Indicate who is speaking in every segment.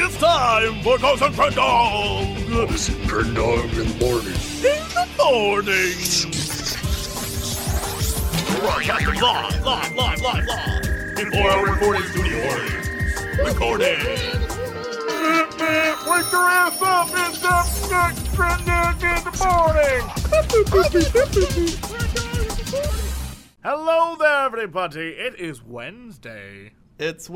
Speaker 1: It's time for Ghost and Friend Dog
Speaker 2: Turn dog in the morning.
Speaker 1: in the morning. Broadcasting live, live, live, live, live. In our recording studio. Recording. Wake your ass up! It's the next Friend Dog in the morning. Hello there, everybody. It is Wednesday.
Speaker 3: It's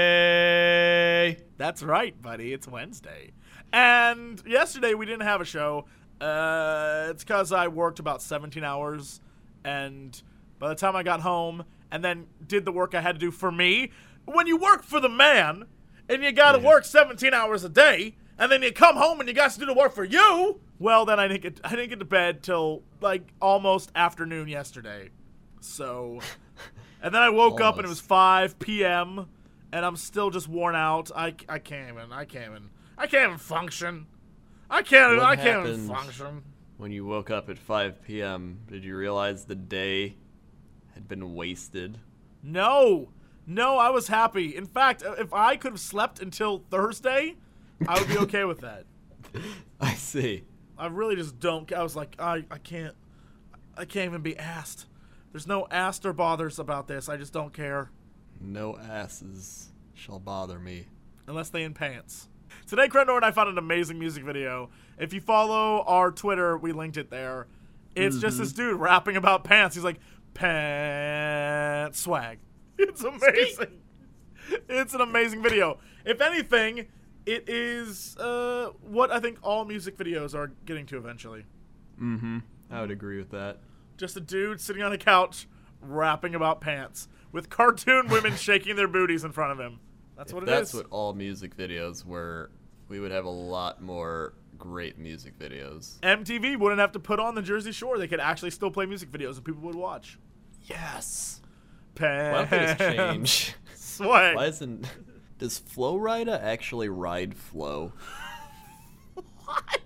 Speaker 3: Wednesday.
Speaker 1: That's right, buddy. It's Wednesday. And yesterday we didn't have a show. Uh, it's because I worked about 17 hours. And by the time I got home and then did the work I had to do for me, when you work for the man and you got to work 17 hours a day, and then you come home and you got to do the work for you, well, then I didn't get, I didn't get to bed till like almost afternoon yesterday. So, and then I woke up and it was
Speaker 3: Almost.
Speaker 1: 5 p.m. and I'm still just worn out. I, I can't even. I can't even. I can't even function. I can't. even
Speaker 3: What
Speaker 1: I can't even
Speaker 3: happened?
Speaker 1: function.
Speaker 3: When you woke up at 5 p.m., did you realize the day had been wasted?
Speaker 1: No, no. I was happy. In fact, uh, if I could have slept until Thursday, I would be okay with that.
Speaker 3: I see.
Speaker 1: I really just don't. I was like, I, I can't. I can't even be asked. There's no asked or bothers about this. I just don't care.
Speaker 3: No asses shall bother me.
Speaker 1: unless they in pants. Today, Crendor and I found an amazing music video. If you follow our Twitter, we linked it there. It's just this dude rapping about pants. He's like, pants swag. It's amazing. It's an amazing video. If anything, it is uh, what I think all music videos are getting to eventually.
Speaker 3: Mm-hmm. I would agree with that.
Speaker 1: Just a dude sitting on a couch rapping about pants with cartoon women shaking their booties in front of him. That's what it is.
Speaker 3: That's what all music videos were. We would have a lot more great music videos.
Speaker 1: MTV wouldn't have to put on the Jersey Shore. They could actually still play music videos and people would watch.
Speaker 3: Yes. Why don't they just
Speaker 1: Pants.
Speaker 3: change?
Speaker 1: Swag.
Speaker 3: Why isn't does Flow Rida actually ride Flow?
Speaker 1: What?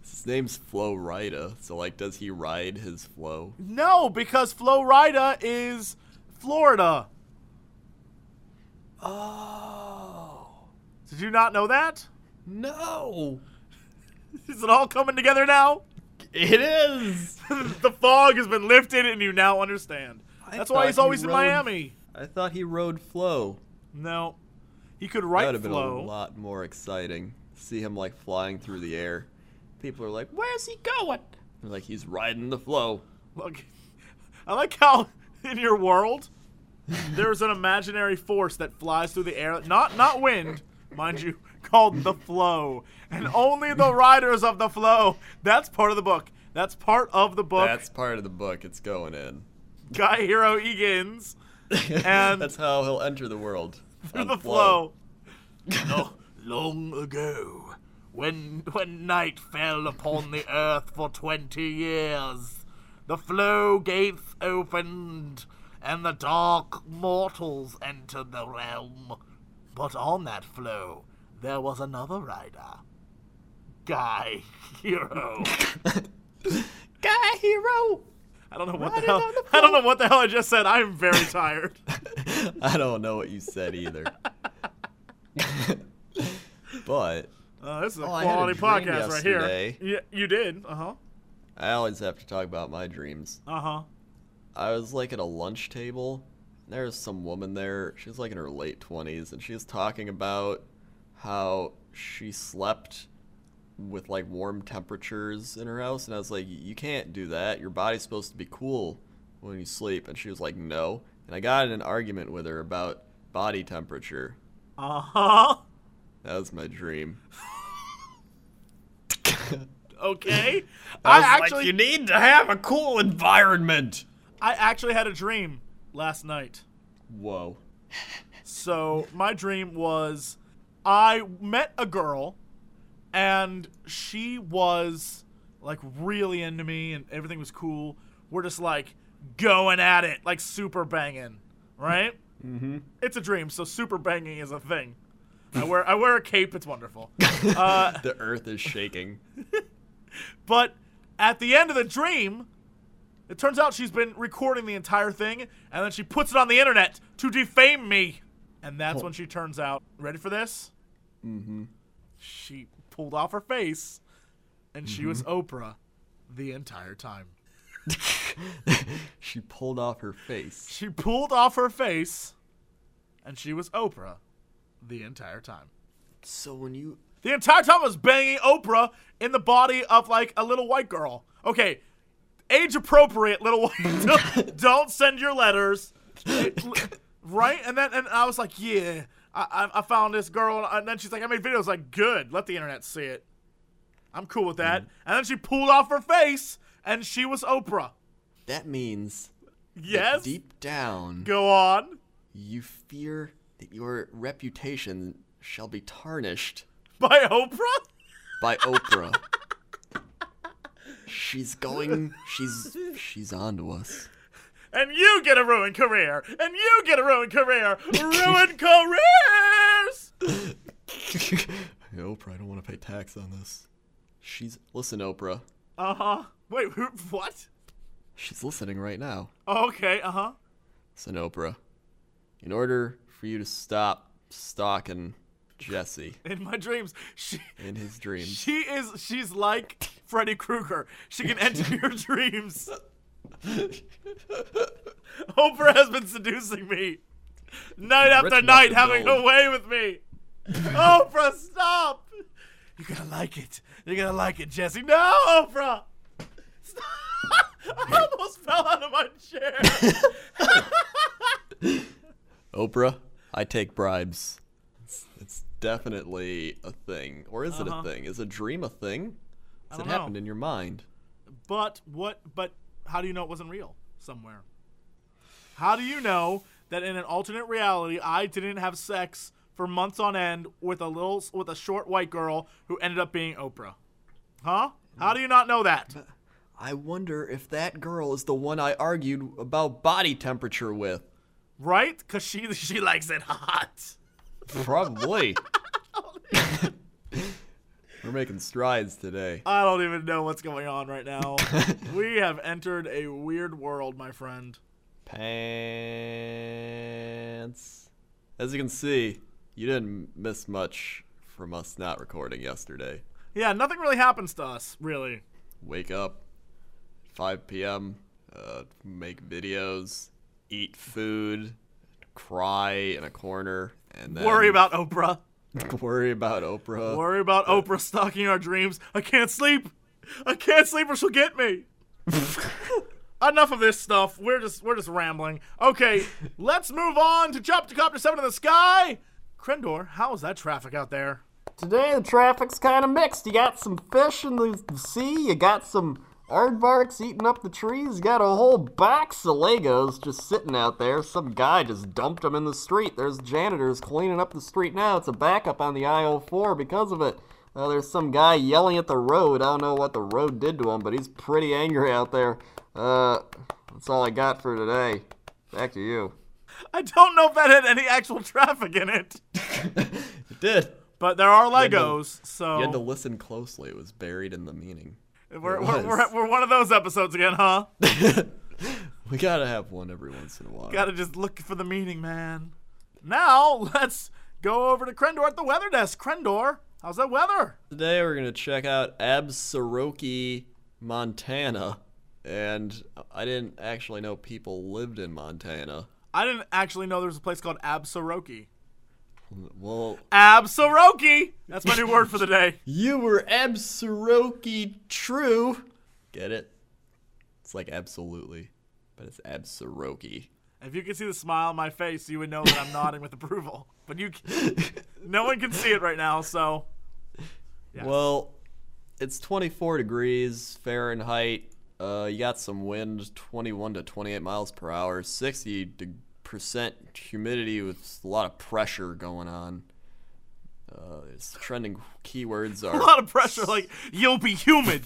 Speaker 3: His name's Flow Rida, so like, does he ride his flow?
Speaker 1: No, because Florida is Florida.
Speaker 3: Oh
Speaker 1: Did you not know that?
Speaker 3: no!
Speaker 1: Is it all coming together now?
Speaker 3: It is.
Speaker 1: the fog has been lifted and you now understand.
Speaker 3: I
Speaker 1: That's why
Speaker 3: thought
Speaker 1: he's
Speaker 3: you
Speaker 1: always in
Speaker 3: rode-
Speaker 1: Miami.
Speaker 3: I thought he rode Flow.
Speaker 1: No. He could
Speaker 3: that would
Speaker 1: write
Speaker 3: have been a
Speaker 1: flow.
Speaker 3: lot more exciting. See him like flying through the air. People are like, "Where's he going?" They're like, "He's riding the flow."
Speaker 1: Look, I like how in your world there's an imaginary force that flies through the air, not not wind, mind you, called the flow, and only the riders of the flow. That's part of the book. That's part of the book.
Speaker 3: That's part of the book. It's going in.
Speaker 1: Guy Hero Egan's And-
Speaker 3: that's how he'll enter the world.
Speaker 1: through
Speaker 3: on
Speaker 1: the flow. Lo- long ago, when when night fell upon the earth for twenty years, the flow gates opened, and the dark mortals entered the realm. But on that flow, there was another rider, Guy Hero.
Speaker 3: Guy hero.
Speaker 1: I don't know what the
Speaker 3: Riding
Speaker 1: hell.
Speaker 3: on the
Speaker 1: I don't know what the hell I just said. I'm very tired.
Speaker 3: I don't know what you said either. but
Speaker 1: Uh, this is a
Speaker 3: Oh, I had a
Speaker 1: quality
Speaker 3: dream
Speaker 1: podcast right
Speaker 3: yesterday.
Speaker 1: here. Yeah, you did. Uh huh.
Speaker 3: I always have to talk about my dreams.
Speaker 1: Uh huh.
Speaker 3: I was like at a lunch table. And there was some woman there. She was like in her late 20s and she was talking about how she slept with like warm temperatures in her house and I was like you can't do that. Your body's supposed to be cool when you sleep and she was like no. And I got in an argument with her about body temperature.
Speaker 1: Uh huh.
Speaker 3: That was my dream.
Speaker 1: Okay.
Speaker 3: I,
Speaker 1: I,
Speaker 3: actually,
Speaker 1: actually,
Speaker 3: need to have a cool environment.
Speaker 1: I actually had a dream last night.
Speaker 3: Whoa.
Speaker 1: So my dream was, I met a girl, and she was like really into me, and everything was cool. We're just like going at it, like super banging, right? mm-hmm. It's a dream, so super banging is a thing. I wear I wear a cape. It's wonderful. Uh,
Speaker 3: The earth is shaking.
Speaker 1: But at the end of the dream, It turns out she's been recording the entire thing, and then she puts it on the internet to defame me. And that's when she turns out. Ready for this?
Speaker 3: Mm-hmm.
Speaker 1: She pulled off her face, and she was Oprah the entire time.
Speaker 3: she pulled off her face.
Speaker 1: She pulled off her face, and she was Oprah the entire time.
Speaker 3: So when you
Speaker 1: The entire time I was banging Oprah in the body of like a little white girl. Okay, age appropriate little white. don't, don't send your letters, right? And then and I was like, yeah, I I, I found this girl, and then she's like, I made videos. Like, good, let the internet see it. I'm cool with that. And then she pulled off her face, and she was Oprah.
Speaker 3: that means that
Speaker 1: Yes,
Speaker 3: deep down
Speaker 1: go on.
Speaker 3: you fear that your reputation shall be tarnished
Speaker 1: By Oprah.
Speaker 3: by Oprah. she's going she's she's onto us.
Speaker 1: and you get a ruined career, and you get a ruined career, ruined careers.
Speaker 3: Hey, Oprah, I don't want to pay tax on this. She's listen, Oprah.
Speaker 1: Uh huh. Wait, who, what?
Speaker 3: She's listening right now.
Speaker 1: Okay. Uh huh.
Speaker 3: Listen, Oprah. In order for you to stop stalking Jesse
Speaker 1: In my dreams, she
Speaker 3: in his dreams,
Speaker 1: she is she's like Freddy Krueger. She can enter your dreams. Oprah has been seducing me, night after
Speaker 3: enough
Speaker 1: night,
Speaker 3: to
Speaker 1: having
Speaker 3: build.
Speaker 1: a way with me. Oprah, stop! You're gonna like it. You're gonna like it, Jesse. No, Oprah. Stop. I almost fell out of my chair.
Speaker 3: Oprah, I take bribes. It's, it's definitely a thing, or is it a thing? Is a dream a thing? Does it
Speaker 1: Uh-huh. don't
Speaker 3: happen
Speaker 1: know.
Speaker 3: in your mind?
Speaker 1: But what? But how do you know it wasn't real somewhere? How do you know that in an alternate reality I didn't have sex for months on end with a little with a short white girl who ended up being Oprah? Huh? How do you not know that?
Speaker 3: I wonder if that girl is the one I argued about body temperature with.
Speaker 1: Right? Cause she she likes it hot.
Speaker 3: Probably. We're making strides today.
Speaker 1: I don't even know what's going on right now. we have entered a weird world, my friend.
Speaker 3: Pants. As you can see, you didn't miss much from us not recording yesterday.
Speaker 1: Yeah, nothing really happens to us, really.
Speaker 3: Wake up, 5 p.m., uh, make videos, eat food, cry in a corner, and then
Speaker 1: Worry about Oprah.
Speaker 3: worry about Oprah.
Speaker 1: Worry about Oprah stalking our dreams. I can't sleep. I can't sleep or she'll get me. Enough of this stuff. We're just we're just rambling. Okay, let's move on to Chopter Copter 7 in the sky. Krendor, how's that traffic out there?
Speaker 4: Today the traffic's kind of mixed. You got some fish in the sea, you got some aardvarks eating up the trees, you got a whole box of Legos just sitting out there. Some guy just dumped them in the street. There's janitors cleaning up the street now. It's a backup on the IO4 because of it. Uh, there's some guy yelling at the road. I don't know what the road did to him, but he's pretty angry out there. Uh, that's all I got for today. Back to you.
Speaker 1: I don't know if that had any actual traffic in it,
Speaker 3: It did.
Speaker 1: but there are
Speaker 3: had to-
Speaker 1: Legos, so
Speaker 3: You had to listen closely. It was buried in the meaning.
Speaker 1: we're,
Speaker 3: it
Speaker 1: we're,
Speaker 3: was.
Speaker 1: we're, we're one of those episodes again, huh?
Speaker 3: We gotta have one every once in a while.
Speaker 1: Gotta just look for the meaning, man. Now, let's go over to Krendor at the weather desk. Krendor, how's that weather?
Speaker 3: Today we're gonna check out Absaroki, Montana, and I didn't actually know people lived in Montana.
Speaker 1: I didn't actually know there was a place called Absaroki.
Speaker 3: Well,
Speaker 1: Absaroki! That's my new word for the day.
Speaker 3: you were Absaroki true. Get it? It's like absolutely, but it's Absaroki.
Speaker 1: If you could see the smile on my face, you would know that I'm nodding with approval. But you, c- no one can see it right now, so Yes.
Speaker 3: Well, it's 24 degrees Fahrenheit. Uh, you got some wind, 21 to 28 miles per hour, 60 de- percent humidity with a lot of pressure going on. Uh, it's trending keywords are
Speaker 1: a lot of pressure. Like you'll be human,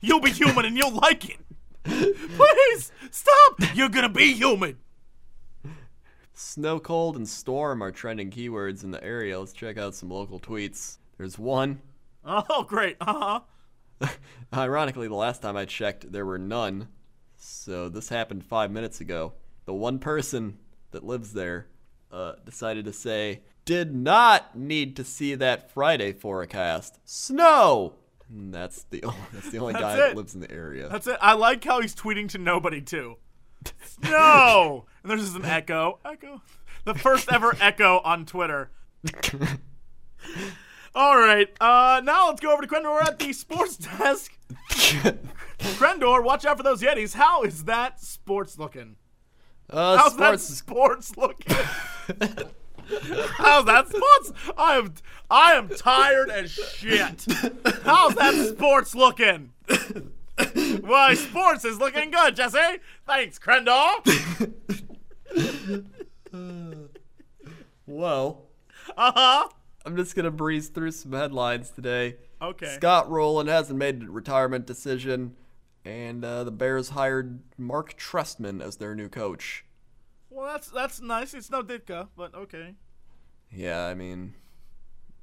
Speaker 1: you'll be human, and you'll like it. Please stop. You're gonna be human.
Speaker 3: snow, cold, and storm are trending keywords in the area. Let's check out some local tweets. There's one.
Speaker 1: Oh, great. Uh huh.
Speaker 3: Ironically, the last time I checked, there were none. So this happened five minutes ago. The one person that lives there uh, decided to say, did not need to see that Friday forecast. Snow! And that's the only, that's the only
Speaker 1: That's
Speaker 3: guy
Speaker 1: it.
Speaker 3: that lives in the area.
Speaker 1: That's it. I like how he's tweeting to nobody too. No, and there's just an echo, echo, the first ever echo on Twitter. All right, uh, now let's go over to Quendor. We're at the sports desk. Quendor, watch out for those Yetis. How is that sports looking?
Speaker 3: uh,
Speaker 1: How's
Speaker 3: sports
Speaker 1: that
Speaker 3: is
Speaker 1: sports looking? How's that sports? I am I am tired as shit. How's that sports looking? Why sports is looking good, Jesse. Thanks, Crendor.
Speaker 3: Well,
Speaker 1: Uh huh.
Speaker 3: I'm just gonna breeze through some headlines today.
Speaker 1: Okay.
Speaker 3: Scott Rowland hasn't made a retirement decision, and uh, the Bears hired Mark Trestman as their new coach.
Speaker 1: Well, that's that's nice. It's no Ditka, but okay.
Speaker 3: Yeah, I mean,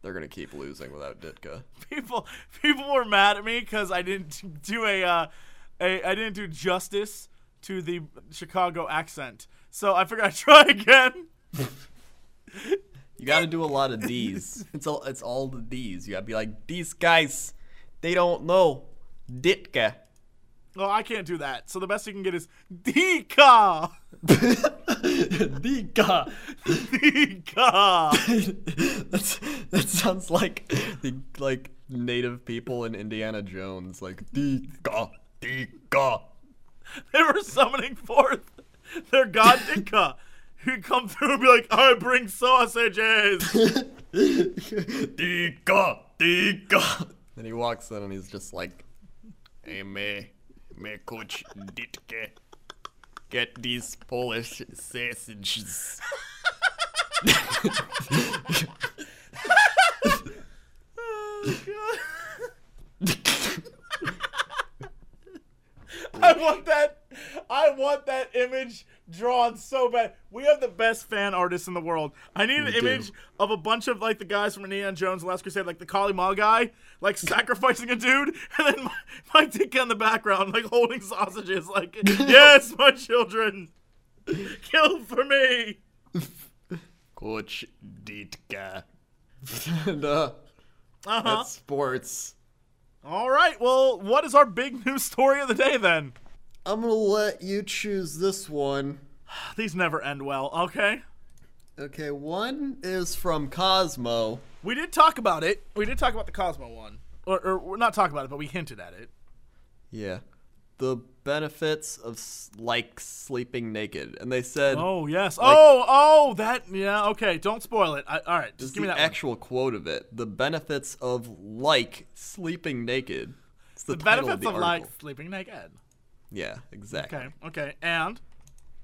Speaker 3: they're gonna keep losing without Ditka.
Speaker 1: People people were mad at me because I didn't do a, uh, a I didn't do justice to the Chicago accent. So I figured I'd try again.
Speaker 3: You gotta do a lot of D's. It's all it's all the D's. You gotta be like these guys, they don't know Ditka.
Speaker 1: No, I can't do that. So the best you can get is Dika.
Speaker 3: Ditka.
Speaker 1: Dika.
Speaker 3: That's, that sounds like the like native people in Indiana Jones, like Dika, Dika.
Speaker 1: they were summoning forth their god Dika. He'd come through and be like, I bring sausages.
Speaker 3: Dika, Dika. And he walks in and he's just like, Hey, me, me, coach Ditke. Get these Polish sausages.
Speaker 1: I want that. I want that image drawn so bad. We have the best fan artists in the world. I need an
Speaker 3: do.
Speaker 1: image of a bunch of like the guys from Indiana Jones, and Last Crusade, like the Kali Ma guy, like sacrificing a dude, and then my, my dick in the background, like holding sausages, like yes, my children, kill for me.
Speaker 3: Coach Ditka. and, uh,
Speaker 1: Uh huh.
Speaker 3: that's sports.
Speaker 1: All right. Well, what is our big news story of the day then?
Speaker 3: I'm gonna let you choose this one.
Speaker 1: These never end well. Okay.
Speaker 3: Okay, one is from Cosmo.
Speaker 1: We did talk about it. We did talk about the Cosmo one, or, or we're not talk about it, but we hinted at it.
Speaker 3: Yeah. The benefits of s- like sleeping naked, and they said
Speaker 1: Oh yes. oh oh that yeah. Okay. Don't spoil it. I, all right.
Speaker 3: this is
Speaker 1: Just give me
Speaker 3: the
Speaker 1: that.
Speaker 3: actual quote of it. The benefits of like sleeping naked. It's the,
Speaker 1: one. The
Speaker 3: title
Speaker 1: benefits
Speaker 3: the
Speaker 1: of, like
Speaker 3: article.
Speaker 1: sleeping naked.
Speaker 3: Yeah, exactly.
Speaker 1: Okay. Okay. And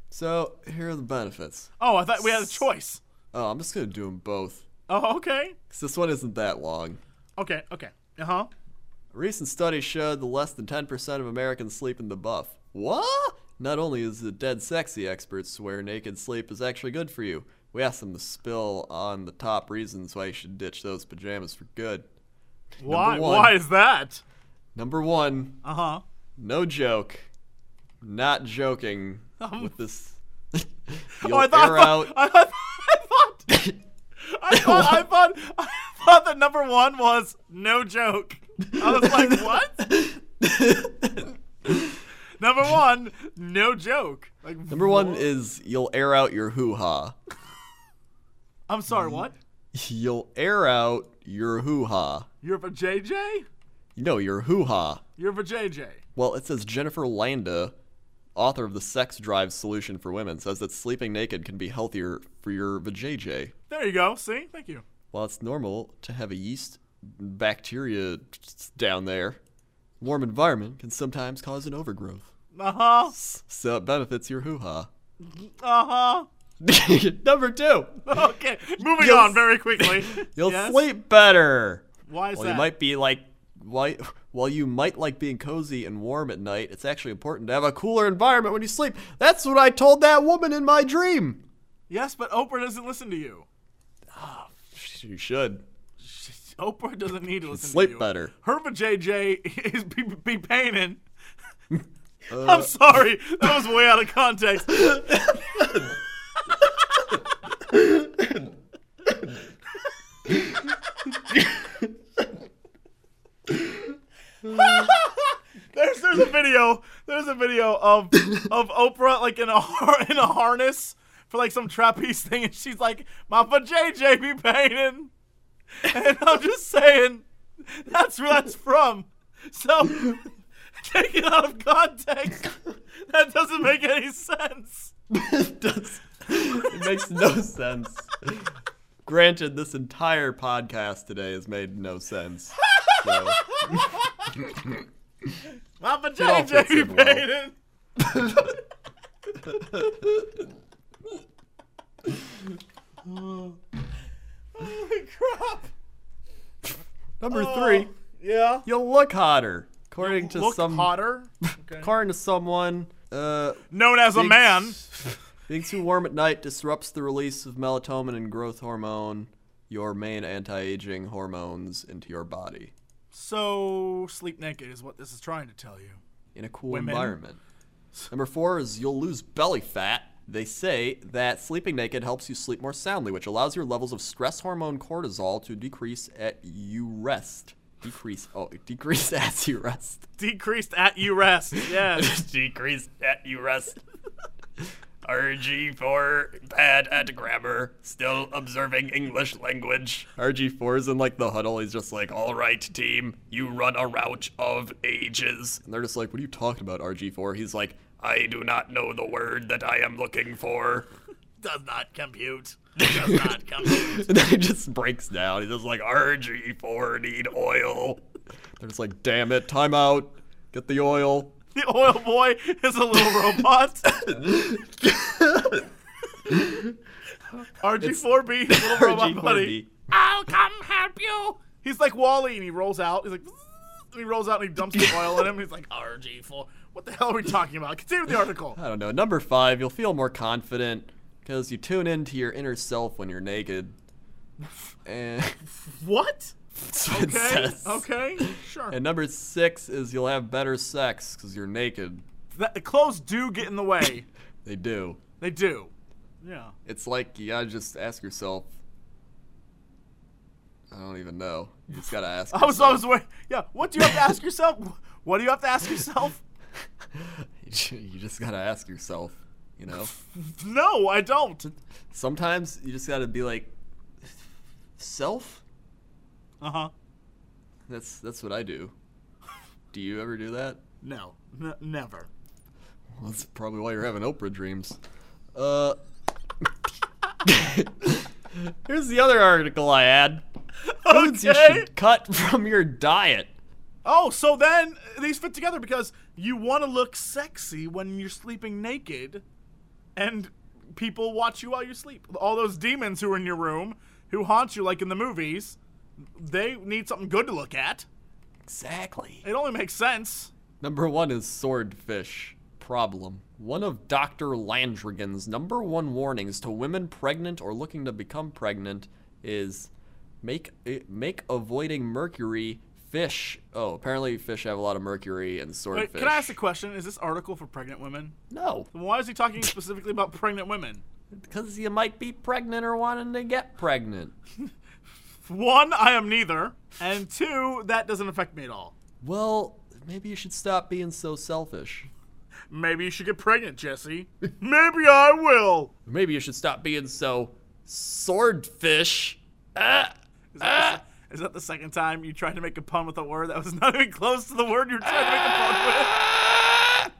Speaker 3: So here are the benefits.
Speaker 1: oh, I thought we had a choice.
Speaker 3: Oh, I'm just gonna do them both
Speaker 1: Oh okay.
Speaker 3: 'cause this one isn't that long.
Speaker 1: Okay. Okay. Uh huh.
Speaker 3: A recent study showed that less than 10% of Americans sleep in the buff. What? Not only is it dead sexy, experts swear naked sleep is actually good for you. We asked them to spill on the top reasons why you should ditch those pajamas for good.
Speaker 1: Why?
Speaker 3: one.
Speaker 1: Why is that?
Speaker 3: Number one,
Speaker 1: Uh huh.
Speaker 3: no joke. Not joking with this. You'll
Speaker 1: Oh, I thought,
Speaker 3: air
Speaker 1: I
Speaker 3: out.
Speaker 1: thought, I thought, I thought, I thought, I thought, I thought that number one was no joke. I was like, what? number one, no joke. Like,
Speaker 3: Number one is you'll air out your hoo ha.
Speaker 1: I'm sorry, what?
Speaker 3: You'll air out your hoo ha.
Speaker 1: You're a JJ?
Speaker 3: No, your hoo ha.
Speaker 1: You're a JJ.
Speaker 3: Well, it says Jennifer Landa, author of The Sex Drive Solution for Women, says that sleeping naked can be healthier for your vajayjay.
Speaker 1: There you go. See? Thank you.
Speaker 3: While it's normal to have a yeast bacteria down there, warm environment can sometimes cause an overgrowth.
Speaker 1: Uh huh.
Speaker 3: So it benefits your hoo ha.
Speaker 1: Uh
Speaker 3: Number two,
Speaker 1: huh. Okay. Moving
Speaker 3: You'll
Speaker 1: on
Speaker 3: s-
Speaker 1: very quickly.
Speaker 3: you'll
Speaker 1: Yes?
Speaker 3: sleep better.
Speaker 1: Why is
Speaker 3: While
Speaker 1: that?
Speaker 3: you might be like, why, while you might like being cozy and warm at night, it's actually important to have a cooler environment when you sleep. That's what I told that woman in my dream.
Speaker 1: Yes, but Oprah doesn't listen to you.
Speaker 3: You should.
Speaker 1: Oprah doesn't need to listen to
Speaker 3: Sleep
Speaker 1: you.
Speaker 3: better.
Speaker 1: Herba JJ is be, be painting. I'm sorry. That was way out of context. there's there's a video there's a video of of Oprah like in a har- in a harness for like some trapeze thing and she's like my JJ be painting and I'm just saying that's where that's from so take it out of context that doesn't make any sense
Speaker 3: it does. It makes no sense. Granted, this entire podcast today has made no sense. So,
Speaker 1: my
Speaker 3: all
Speaker 1: JJ
Speaker 3: fits
Speaker 1: be
Speaker 3: in well.
Speaker 1: painting holy crap Oh,
Speaker 3: number three,
Speaker 1: yeah
Speaker 3: you look hotter, according to
Speaker 1: look
Speaker 3: some,
Speaker 1: hotter
Speaker 3: according to someone. Uh,
Speaker 1: known as a
Speaker 3: being
Speaker 1: man
Speaker 3: s- Being too warm at night disrupts the release of melatonin and growth hormone, your main anti-aging hormones, into your body
Speaker 1: so sleep naked is what this is trying to tell you
Speaker 3: in a cool
Speaker 1: Women.
Speaker 3: environment. Number four is you'll lose belly fat. They say that sleeping naked helps you sleep more soundly, which allows your levels of stress hormone cortisol to decrease at you rest. Decrease, oh, decrease as you rest.
Speaker 1: decreased at you rest yeah
Speaker 3: decrease at you rest. RG4 bad at grammar, still observing English language. RG4 is in like the huddle. He's just like, all right, team, you run a route of ages. And they're just like, what are you talking about, RG4? He's like, I do not know the word that I am looking for.
Speaker 1: does not compute does not compute
Speaker 3: And then he just breaks down. He's just like, RG4 need oil. They're just like, damn it, time out. Get the oil.
Speaker 1: the oil boy is a little robot RG4B, his little robot buddy. I'll come help you. He's like Wally, and he rolls out. He's like, "Zzz," and he rolls out and he dumps the oil in him. He's like, RG4. What the hell are we talking about? Continue with the article.
Speaker 3: I don't know. Number five, you'll feel more confident because you tune into your inner self when you're naked. And
Speaker 1: What?
Speaker 3: that's what it
Speaker 1: Okay.
Speaker 3: says.
Speaker 1: Okay. Sure.
Speaker 3: And number six is you'll have better sex because you're naked.
Speaker 1: That, clothes do get in the way.
Speaker 3: They do.
Speaker 1: They do. Yeah.
Speaker 3: It's like you gotta just ask yourself. I don't even know. You just gotta ask.
Speaker 1: I was, I
Speaker 3: yourself.
Speaker 1: was, wa- yeah. What do you have to ask yourself? What do you have to ask yourself?
Speaker 3: you just gotta ask yourself. You know.
Speaker 1: No, I don't.
Speaker 3: Sometimes you just gotta be like, self.
Speaker 1: Uh huh.
Speaker 3: That's that's what I do. Do you ever do that?
Speaker 1: No. N- never.
Speaker 3: Well, that's probably why you're having Oprah dreams. Uh. Here's the other article I had. Foods you
Speaker 1: Okay.
Speaker 3: should cut from your diet.
Speaker 1: Oh, so then these fit together because you want to look sexy when you're sleeping naked, and people watch you while you sleep. All those demons who are in your room, who haunt you like in the movies, they need something good to look at.
Speaker 3: Exactly.
Speaker 1: It only makes sense.
Speaker 3: Number one is swordfish. Problem. One of Dr. Landrigan's number one warnings to women pregnant or looking to become pregnant is make eh, make avoiding mercury fish. Oh, apparently fish have a lot of mercury and
Speaker 1: Wait,
Speaker 3: swordfish.
Speaker 1: can I ask a question? Is this article for pregnant women?
Speaker 3: No,
Speaker 1: Then Why is he talking specifically about pregnant women?
Speaker 3: because you might be pregnant or wanting to get pregnant.
Speaker 1: One, I am neither, and two, that doesn't affect me at all.
Speaker 3: Well, maybe you should stop being so selfish.
Speaker 1: Maybe you should get pregnant, Jesse. Maybe I will.
Speaker 3: Maybe you should stop being so swordfish.
Speaker 1: Is that, the, se- is that the second time you tried to make a pun with a word that was not even close to the word you were trying to make a pun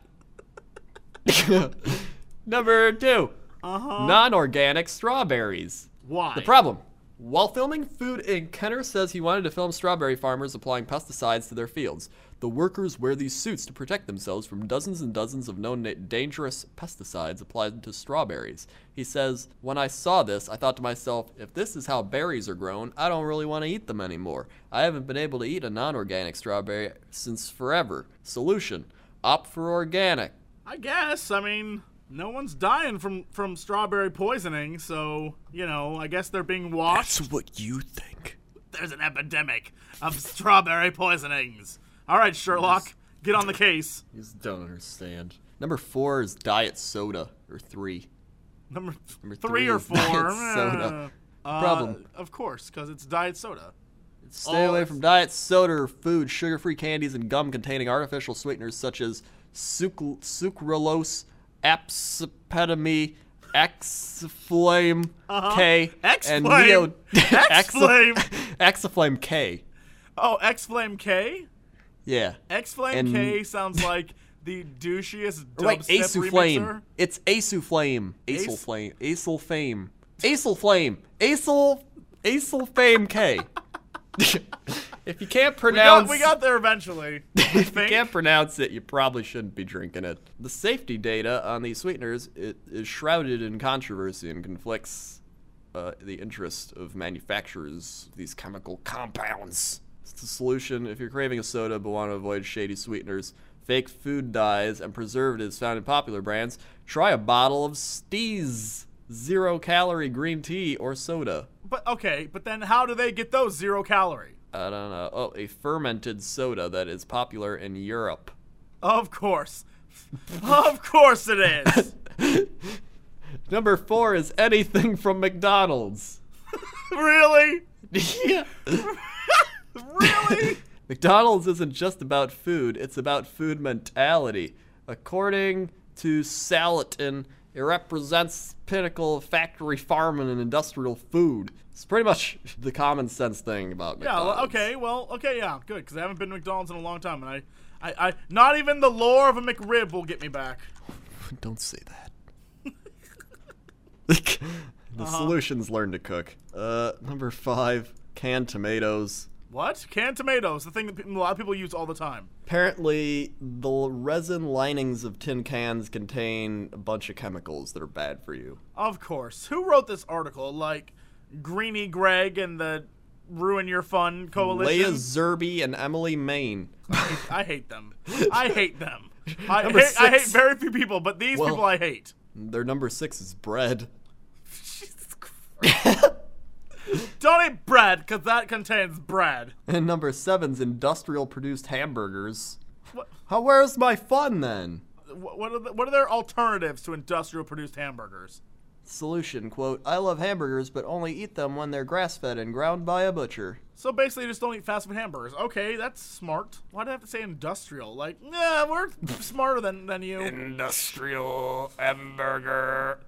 Speaker 1: with?
Speaker 3: Number 2 non-organic strawberries.
Speaker 1: Why?
Speaker 3: The problem. While filming Food Inc., Kenner says he wanted to film strawberry farmers applying pesticides to their fields. The workers wear these suits to protect themselves from dozens and dozens of known na- dangerous pesticides applied to strawberries. He says, When I saw this, I thought to myself, if this is how berries are grown, I don't really want to eat them anymore. I haven't been able to eat a non organic strawberry since forever. Solution Opt for organic.
Speaker 1: I guess. I mean, no one's dying from from strawberry poisoning, so you know, I guess they're being washed.
Speaker 3: what you think.
Speaker 1: There's an epidemic of strawberry poisonings. All right, Sherlock, Get on the case.
Speaker 3: You just don't understand. Number four is diet soda, or three.
Speaker 1: Number,
Speaker 3: Number
Speaker 1: three,
Speaker 3: three
Speaker 1: or
Speaker 3: is
Speaker 1: four.
Speaker 3: diet soda.
Speaker 1: Uh,
Speaker 3: Problem.
Speaker 1: Of course, because it's diet soda.
Speaker 3: Stay
Speaker 1: Oh,
Speaker 3: away
Speaker 1: it's-
Speaker 3: from diet soda, or food, sugar-free candies, and gum containing artificial sweeteners such as suc- sucralose, apsipetame, X-flame
Speaker 1: Uh-huh.
Speaker 3: K,
Speaker 1: X-Flame?
Speaker 3: and neo-
Speaker 1: X-Flame?
Speaker 3: X-flame K.
Speaker 1: Oh, X Flame K?
Speaker 3: Yeah.
Speaker 1: X Flame
Speaker 3: And-
Speaker 1: K sounds like the douchiest dubstep
Speaker 3: Or Wait, Asu
Speaker 1: remixer.
Speaker 3: Flame. It's Asu Flame. Asul
Speaker 1: Ace-
Speaker 3: Flame. Asul Fame. Asul Flame. Asul. Asul Fame K. if you can't
Speaker 1: We got,
Speaker 3: pronounce,
Speaker 1: we got there eventually. I
Speaker 3: if you
Speaker 1: think.
Speaker 3: can't pronounce it, you probably shouldn't be drinking it. The safety data on these sweeteners it is shrouded in controversy and conflicts uh, the interest of manufacturers of these chemical compounds. It's the solution if you're craving a soda but want to avoid shady sweeteners, fake food dyes, and preservatives found in popular brands. Try a bottle of Steez zero calorie green tea or soda.
Speaker 1: But okay, but then how do they get those zero calorie?
Speaker 3: I don't know. Oh, a fermented soda that is popular in Europe.
Speaker 1: Of course. of course it is.
Speaker 3: Number four is anything from McDonald's.
Speaker 1: really?
Speaker 3: yeah.
Speaker 1: Really?
Speaker 3: McDonald's isn't just about food, it's about food mentality. According to Salatin, it represents pinnacle of factory farming and industrial food. It's pretty much the common sense thing about
Speaker 1: yeah,
Speaker 3: McDonald's.
Speaker 1: well, okay, well, okay, yeah, good, because I haven't been to McDonald's in a long time, and I, I, I, not even the lore of a McRib will get me back.
Speaker 3: Don't say that. the
Speaker 1: Uh-huh.
Speaker 3: solution's learn to cook. Uh, number five, canned tomatoes.
Speaker 1: What? Canned tomatoes, the thing that pe- a lot of people use all the time.
Speaker 3: Apparently, the resin linings of tin cans contain a bunch of chemicals that are bad for you.
Speaker 1: Of course. Who wrote this article? Like, Greeny Greg and the Ruin Your Fun Coalition?
Speaker 3: Leah Zerbe and Emily Main.
Speaker 1: I hate them. I hate them. I
Speaker 3: Number
Speaker 1: hate, I hate
Speaker 3: six.
Speaker 1: very few people, but these
Speaker 3: Well-
Speaker 1: people I hate.
Speaker 3: Their number six is bread.
Speaker 1: Don't eat bread, because that contains bread.
Speaker 3: And number seven's industrial produced hamburgers.
Speaker 1: What,
Speaker 3: How, where's my fun then?
Speaker 1: wh- what, are the, what are their alternatives to industrial produced hamburgers?
Speaker 3: Solution quote, I love hamburgers, but only eat them when they're grass fed and ground by a butcher.
Speaker 1: So basically, just don't eat fast food hamburgers. Okay, that's smart. Why do I have to say industrial? Like, nah, we're smarter than, than you. Industrial hamburger.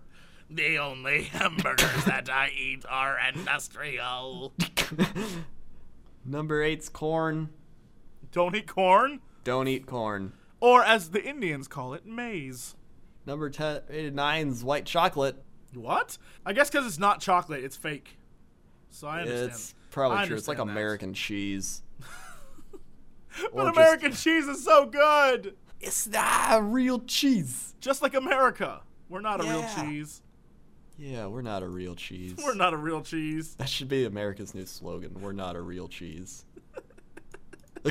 Speaker 1: The only hamburgers that I eat are industrial.
Speaker 3: Number eight's corn.
Speaker 1: Don't eat corn,
Speaker 3: Don't eat corn.
Speaker 1: or as the Indians call it, maize.
Speaker 3: Number ten, nine's white chocolate.
Speaker 1: What? I guess because it's not chocolate, it's fake. So I understand.
Speaker 3: It's probably
Speaker 1: I
Speaker 3: true. It's like
Speaker 1: understand that.
Speaker 3: American cheese.
Speaker 1: But
Speaker 3: Or just-
Speaker 1: American cheese is so good.
Speaker 3: It's not real cheese.
Speaker 1: Just like America, we're not a
Speaker 3: Yeah.
Speaker 1: real cheese.
Speaker 3: Yeah, we're not a real cheese.
Speaker 1: We're not a real cheese.
Speaker 3: That should be America's new slogan. We're not a real cheese.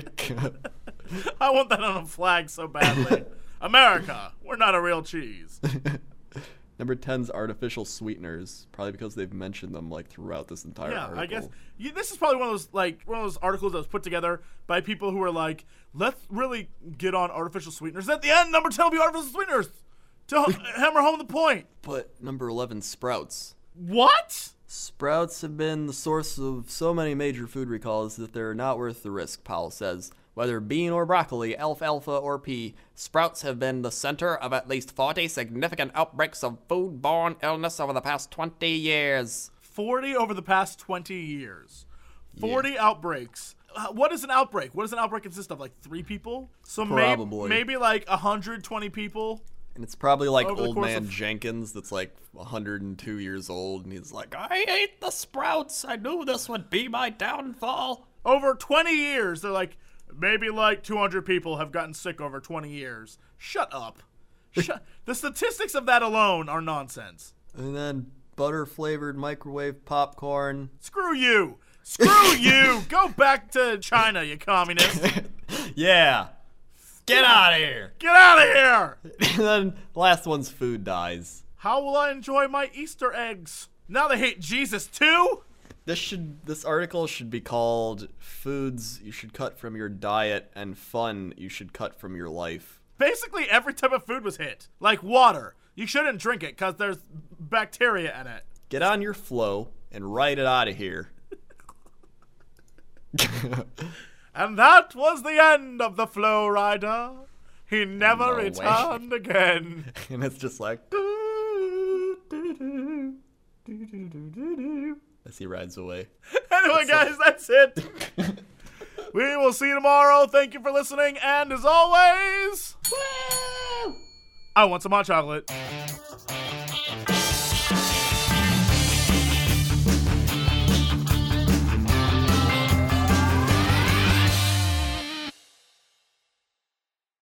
Speaker 1: I want that on a flag so badly. America, we're not a real cheese.
Speaker 3: Number 10's artificial sweeteners, probably because they've mentioned them like throughout this entire
Speaker 1: Yeah,
Speaker 3: article.
Speaker 1: I guess you, this is probably one of those like one of those articles that was put together by people who are like, let's really get on artificial sweeteners. At the end, number ten will be artificial sweeteners to h- hammer home the point.
Speaker 3: But number 11, sprouts.
Speaker 1: What?
Speaker 3: Sprouts have been the source of so many major food recalls that they're not worth the risk, Powell says. Whether bean or broccoli, alfalfa or pea, sprouts have been the center of at least 40 significant outbreaks of foodborne illness over the past 20 years.
Speaker 1: 40 over the past 20 years. 40 outbreaks. Uh, What is an outbreak? What does an outbreak consist of? Like three people? So may-
Speaker 3: Probably.
Speaker 1: maybe like 120 people?
Speaker 3: And it's probably like
Speaker 1: Over the
Speaker 3: old
Speaker 1: course
Speaker 3: man
Speaker 1: of-
Speaker 3: Jenkins that's like 102 years old and he's like, I ate the sprouts. I knew this would be my downfall.
Speaker 1: Over 20 years, they're like, maybe like 200 people have gotten sick over 20 years. Shut up. Shut- the statistics of that alone are nonsense.
Speaker 3: And then butter flavored microwave popcorn.
Speaker 1: Screw you. Screw you. Go back to China, you communist.
Speaker 3: Yeah. Get out of here.
Speaker 1: Get out of here.
Speaker 3: and then the last one's food dyes.
Speaker 1: How will I enjoy my Easter eggs? Now they hate Jesus too?
Speaker 3: This should this article should be called "Foods You Should Cut from Your Diet and Fun You Should Cut from Your Life."
Speaker 1: Basically, every type of food was hit. Like water. You shouldn't drink it because there's bacteria in it.
Speaker 3: Get on your flow and write it out of here.
Speaker 1: And that was the end of the Flow Rider. He never
Speaker 3: No way.
Speaker 1: returned again.
Speaker 3: and it's just like as he rides away.
Speaker 1: Anyway, guys, that's it. we will see you tomorrow. Thank you for listening. And as always, I want some hot chocolate.